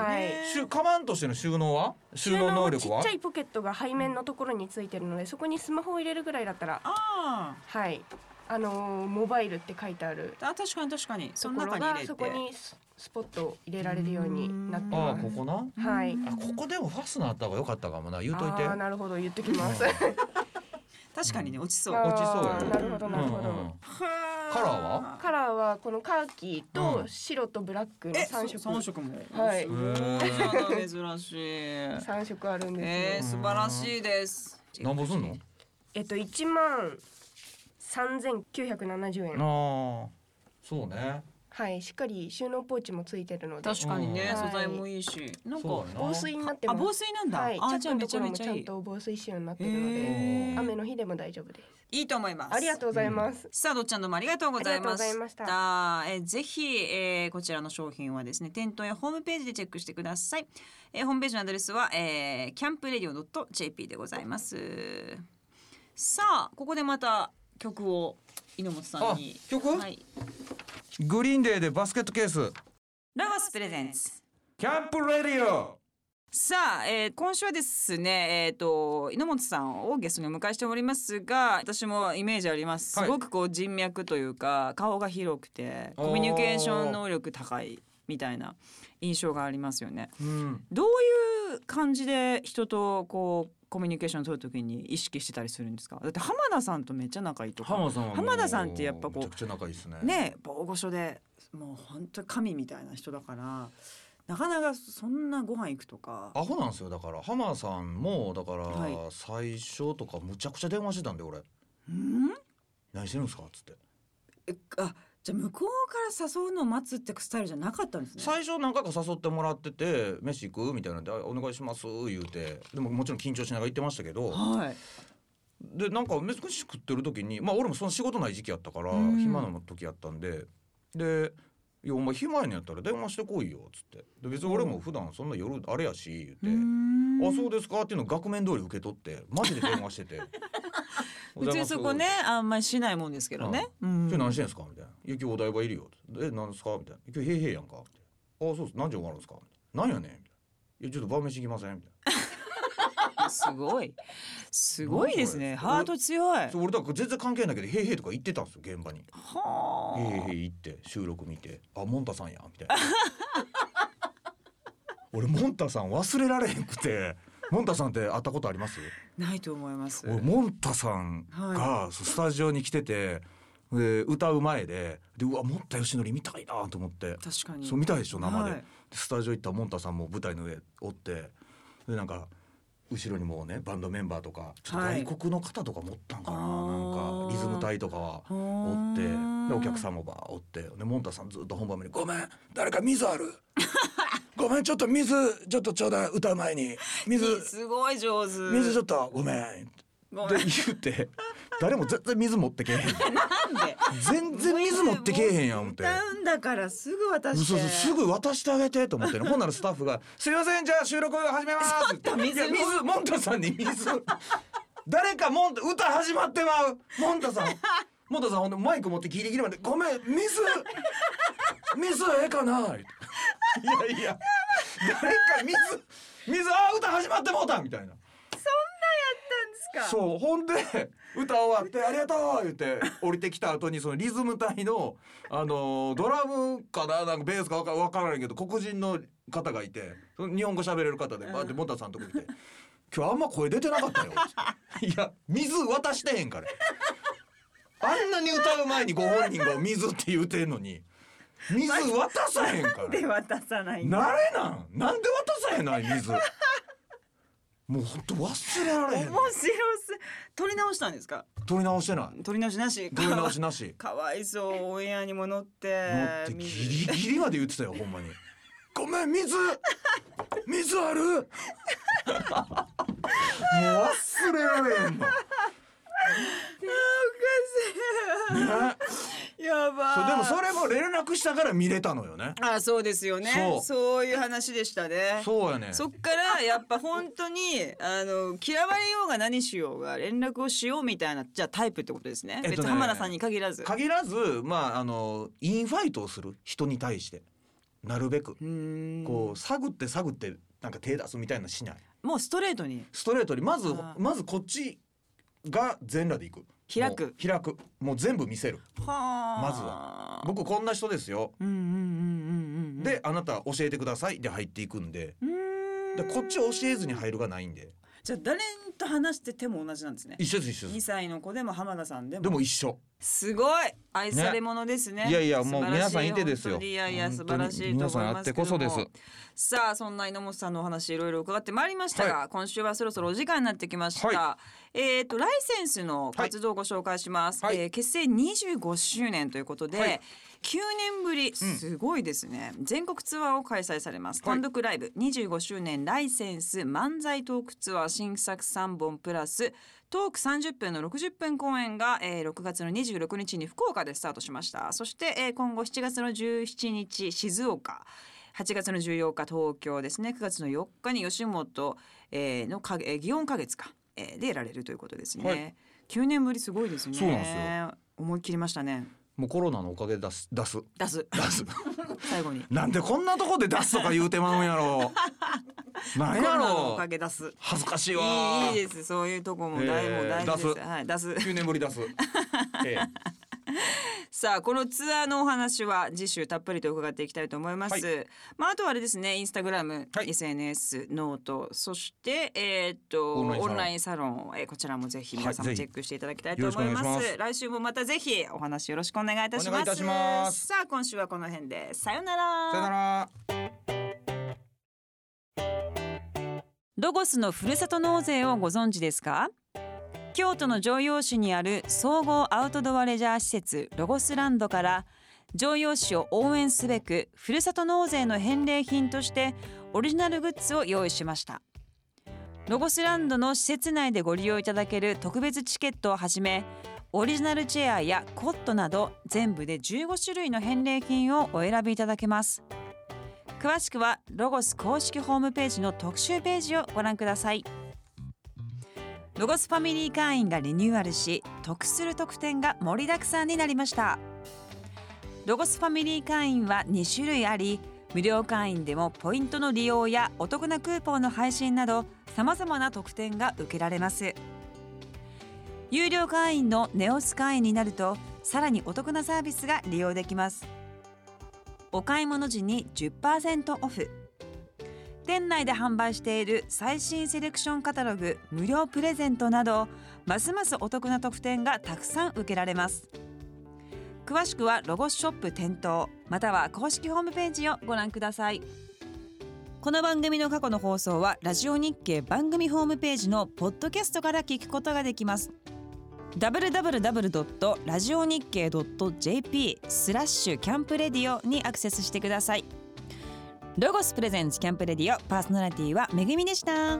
Speaker 2: しゅカバンとしての収納は？収納能力
Speaker 4: 収納も
Speaker 2: は
Speaker 4: ちっちゃ？いポケットが背面のところについてるのでそこにスマホを入れるぐらいだったら
Speaker 1: あ
Speaker 4: はいあのーモバイルって書いてある
Speaker 1: ーあ確かに確かにそ
Speaker 4: と
Speaker 1: の
Speaker 4: ころ
Speaker 1: 中に入れ
Speaker 4: が
Speaker 1: て。
Speaker 4: そこにススポットを入れられるようになって
Speaker 2: ああ
Speaker 4: ます
Speaker 2: ここな。
Speaker 4: はい
Speaker 2: あここでもファスナーあった方が良かったかもな。言うといて。
Speaker 4: あーなるほど言っときます
Speaker 2: うん
Speaker 1: 確かにね落ちそう。
Speaker 4: あー
Speaker 1: は
Speaker 2: 落ちそうよ
Speaker 4: なるほどなるほど、
Speaker 2: うんうん
Speaker 1: ー
Speaker 2: カラーは
Speaker 4: カラーはこのカーキー
Speaker 2: う
Speaker 4: と
Speaker 2: ん
Speaker 4: 白とブラックの
Speaker 1: え
Speaker 4: 3色、
Speaker 1: 三色も。
Speaker 4: はい
Speaker 1: すごい
Speaker 4: <laughs>
Speaker 1: 珍しい。
Speaker 4: 三色あるんですよ、
Speaker 1: えー、素晴らしいです。
Speaker 2: なんぼすんの？
Speaker 4: えっと1万3970円
Speaker 2: ああそうね。
Speaker 4: はいしっかり収納ポーチもついてるので
Speaker 1: 確かにね、
Speaker 4: うん
Speaker 1: 素材もいいし。なんか
Speaker 2: そうだな
Speaker 4: 防水になって
Speaker 1: あ
Speaker 4: ます
Speaker 1: 防水なんだ。
Speaker 4: はい、チャ
Speaker 1: あ
Speaker 4: ッ
Speaker 1: じゃあ
Speaker 4: クの
Speaker 1: め
Speaker 4: と
Speaker 1: ちゃ
Speaker 4: ころ
Speaker 1: め
Speaker 4: も
Speaker 1: ち
Speaker 4: ち
Speaker 1: ゃ
Speaker 4: ゃ
Speaker 1: い
Speaker 4: ん
Speaker 1: い。
Speaker 4: と防水仕様になってるので、
Speaker 1: え
Speaker 2: ー
Speaker 4: 雨の日でも大丈夫です
Speaker 1: いいと思います。
Speaker 4: ありがとうございます、
Speaker 1: さあどっちゃんどうもありがとうございま
Speaker 4: ありがとうござい
Speaker 1: し
Speaker 4: ました
Speaker 1: た。えーぜひ、えーこちらの商品はですね店頭やホームページでチェックしてください。えーホームページのアドレスは、えー、campradio.jp でございます。さあここでまた曲を猪本さんに
Speaker 2: あ。曲
Speaker 1: はい。
Speaker 2: グリーンデーでバスケットケース。
Speaker 1: ラガスプレゼンツ。
Speaker 2: キャンプレディオ。
Speaker 1: さあ、えー今週はですね、えー、と猪本さんをゲストにお迎えしておりますが私もイメージありますす
Speaker 2: はい
Speaker 1: ごくこう人脈というか顔が広くてコミュニケーション能力高いみたいな印象がありますよね。
Speaker 2: うん。
Speaker 1: どういう感じで人とこうコミュニケーションを取るときに意識してたりするんですかだって浜田さんとめっちゃ仲いいとか
Speaker 2: 浜田さんはもう
Speaker 1: 浜田さんってやっぱこう
Speaker 2: めちゃくちゃ仲いいですね。
Speaker 1: ね大御所でもう本当に神みたいな人だからなかなかそんなご飯行くとか。
Speaker 2: アホなんですよだから浜田さんもだから
Speaker 1: はい
Speaker 2: 最初とかむちゃくちゃ電話してたんで俺
Speaker 1: うん
Speaker 2: 何してるんですかっつって
Speaker 1: えあじゃあ向こうから誘うのを待つってスタイルじゃなかったんですね。
Speaker 2: 最初何回か誘ってもらってて飯行くみたいなんであお願いします言うてでももちろん緊張しながら言ってましたけど
Speaker 1: はい。
Speaker 2: でなんか飯食ってる時にまあ俺もその仕事ない時期やったから
Speaker 1: うん
Speaker 2: 暇な時やったんでで「いやお前暇やねんやったら電話してこいよ」っつってで別に俺も普段そんな夜あれやし言うて。あそうですかっていうのを額面通り受け取ってマジで電話し
Speaker 1: <laughs>
Speaker 2: ててお
Speaker 1: 普
Speaker 2: はよ
Speaker 1: 通
Speaker 2: うございます
Speaker 1: そこねあんまりしないもんですけどね。うん
Speaker 2: 今日何してんすか?」みたいな「雪お台場いるよ」え何ですか?」みたいな「今日平平やんか」みたいな「あそうです何時終わるんですか?」みたいな「何やねん」みたいな「いやちょっと晩飯行きません」みたい
Speaker 1: すごいすごいですね。
Speaker 2: なんかこれ
Speaker 1: ハート強い。
Speaker 2: なそう俺だから全然関係ないけど「平平」とか言ってたんですよ現場に「
Speaker 1: は
Speaker 2: 平
Speaker 1: あ。
Speaker 2: 平行って収録見て「あモンタさんや」みたいな <laughs> 俺モンタさん忘れられへんくてモンタさんって会ったことあります
Speaker 1: ないと思います。
Speaker 2: 俺モンタさん
Speaker 1: は
Speaker 2: がそうスタジオに来てて、で歌う前ででうわモンタヨシノリ見たいなと思って
Speaker 1: 確かに。
Speaker 2: そう見たいでしょ生で,、
Speaker 1: はい
Speaker 2: でスタジオ行ったらモンタさんも舞台の上おってでなんか後ろにもうねバンドメンバーとかちょっと
Speaker 1: はい
Speaker 2: 外国の方とか持ったんかな、
Speaker 1: あー
Speaker 2: なんかリズム隊とかは。おってでお客さんもバーおってでモンタさんずっと本番目に「ごめん誰か水ある <laughs> ごめんちょっと水ちょっとちょうだい歌う前に水
Speaker 1: んすごい上手。
Speaker 2: 水ちょっとごめん」って
Speaker 1: ごめん
Speaker 2: 言う
Speaker 1: <laughs>
Speaker 2: て誰も全然水持ってけえへん
Speaker 1: なんで。
Speaker 2: 全然水持ってけえへんやん思って
Speaker 1: 歌うんだからすぐ渡して。
Speaker 2: そうそうすぐ渡してあげてと
Speaker 1: <laughs>
Speaker 2: 思ってねほんならスタッフが「すいませんじゃあ収録始めます」って
Speaker 1: 水
Speaker 2: いや水モンタさんに水
Speaker 1: <laughs>
Speaker 2: 誰かモンタ歌始まってまうモンタさんモンタさんほんでマイク持ってギリギリまで「ごめん水水ええかな」言うていやいや誰か水水あ歌始まってもうた」みたいな。
Speaker 1: う。
Speaker 2: そうほんで歌終わって「ありがとう!」言って降りてきた後にそのリズム隊の、あのードラムかななんかベースかわかわからないけど黒人の方がいてその日本語喋れる方でバーってモンタさんのとこ来て「今日あんま声出てなかったよ」いや水渡してへんから」あんなに歌う前にご本人が「水」って言うてんのに水渡さへんから。
Speaker 1: で渡さないんだ
Speaker 2: なれなんなんで渡さへんない水もうほんと忘れられへ
Speaker 1: 面
Speaker 2: ん
Speaker 1: 白す取り直したんですか
Speaker 2: 取り直してない
Speaker 1: 取り直しなし
Speaker 2: 取り直しなし
Speaker 1: かわいそうオンエアにも乗って
Speaker 2: 乗ってギリギリまで言ってたよほんまにごめ
Speaker 1: <laughs>
Speaker 2: ん水水あるもう忘れられへんのね
Speaker 1: やば
Speaker 2: そうでもそれも連絡したから見れたのよね
Speaker 1: あそうですよね
Speaker 2: そ
Speaker 1: そうういう話でしたね
Speaker 2: そうやね
Speaker 1: そっからやっぱ本当にあの嫌われようが何しようが連絡をしようみたいなじゃあタイプってことですね,、
Speaker 2: えっとね
Speaker 1: 別に浜田さんに限らず
Speaker 2: 限らずまああのインファイトをする人に対してなるべく
Speaker 1: うーん
Speaker 2: こう探って探ってなんか手出すみたいなのしない
Speaker 1: もうストレートに
Speaker 2: ストレートにまず
Speaker 1: あー
Speaker 2: まずこっちが全裸でいく
Speaker 1: 開く
Speaker 2: もう開くもう全部見せる
Speaker 1: はあ
Speaker 2: まず
Speaker 1: は
Speaker 2: 僕こんな人ですよ、
Speaker 1: うんうんうんうんうんうん
Speaker 2: であなた教えてくださいで入っていくんで
Speaker 1: うーん
Speaker 2: でこっち教えずに入るがないんで
Speaker 1: じゃあ誰と話してても同じなんですね
Speaker 2: 一緒です一緒で
Speaker 1: 2
Speaker 2: す
Speaker 1: 歳の子でも浜田さんでも
Speaker 2: でも一緒
Speaker 1: すごい愛され者ですね
Speaker 2: ねいやいやもう
Speaker 1: 素晴らし
Speaker 2: 皆さんいてですよ
Speaker 1: 本当にいやいや
Speaker 2: 本当
Speaker 1: 素
Speaker 2: に
Speaker 1: 晴らしいと思いますけども
Speaker 2: 皆さんあってこ
Speaker 1: さあそんな榎本さんのお話いろいろ伺ってまいりましたが、今週はそろそろお時間になってきました、
Speaker 2: は
Speaker 1: えっ、とライセンスの活動をご紹介します、
Speaker 2: はい
Speaker 1: えー結成25周年ということで、
Speaker 2: はい
Speaker 1: 9年ぶりすごいですね、全国ツアーを開催されます
Speaker 2: は
Speaker 1: 単
Speaker 2: い
Speaker 1: 独ライブ25周年ライセンス漫才トークツアー新作3本プラストーク30分の60分公演が、えー6月の26日に福岡でスタートしましたそして、えー今後7月の17日静岡8月の14日東京ですね9月の4日に吉本、えーのかえー祇園花月か、えーでやられるということですね、
Speaker 2: はい
Speaker 1: 9年ぶりすごいですね
Speaker 2: そうなんです
Speaker 1: よ思い切りましたね
Speaker 2: もうコロナのおかげで出す出す
Speaker 1: 出す
Speaker 2: 出す <laughs>
Speaker 1: 最後に
Speaker 2: なんでこんなとこで出すとか言うてまうんや
Speaker 1: <laughs>
Speaker 2: ろなん
Speaker 1: コ
Speaker 2: や
Speaker 1: ロナのお
Speaker 2: ろ
Speaker 1: かげ出す
Speaker 2: 恥ずかしいわ
Speaker 1: いいいいですそういうとこも大,、
Speaker 2: えー
Speaker 1: もう大事で
Speaker 2: 出
Speaker 1: す
Speaker 2: す
Speaker 1: はい出す
Speaker 2: 9年ぶり
Speaker 1: <laughs>
Speaker 2: 出す、ええ
Speaker 1: さあこのツアーのお話は次週たっぷりと伺っていきたいと思います、まああとはあれですねインスタグラム、
Speaker 2: はい
Speaker 1: SNS ノートそしてえーっと
Speaker 2: オンラインサロン
Speaker 1: オンラインサロンえーこちらもぜひ皆さん
Speaker 2: は
Speaker 1: も
Speaker 2: い
Speaker 1: チ
Speaker 2: ぜ
Speaker 1: ェ
Speaker 2: ひ
Speaker 1: ックしていただきたいと思います,、
Speaker 2: よろしくお願いし
Speaker 1: 来週もまたぜひお話よろしくお願いいたします
Speaker 2: お願いいたします
Speaker 1: さあ今週はこの辺でさよ
Speaker 2: さよなら
Speaker 1: ロゴスのふるさと納税をご存知ですか京都の城陽市にある総合アウトドアレジャー施設ロゴスランドから城陽市を応援すべくふるさと納税の返礼品としてオリジナルグッズを用意しましたロゴスランドの施設内でご利用いただける特別チケットをはじめオリジナルチェアやコットなど全部で15種類の返礼品をお選びいただけます詳しくはロゴス公式ホームページの特集ページをご覧くださいロゴスファミリー会員がリニューアルし得する特典が盛りだくさんになりましたロゴスファミリー会員は2種類あり無料会員でもポイントの利用やお得なクーポンの配信などさまざまな特典が受けられます有料会員のネオス会員になるとさらにお得なサービスが利用できますお買い物時に10%オフ店内で販売している最新セレクションカタログ無料プレゼントなどますますお得な特典がたくさん受けられます詳しくはロゴスショップ店頭または公式ホームページをご覧くださいこの番組の過去の放送はラジオ日経番組ホームページのポッドキャストから聞くことができます www.radionickei.jp スラッシュキャンプレディオにアクセスしてくださいロゴスプレゼンツキャンプレディオパーソナリティはめぐみでした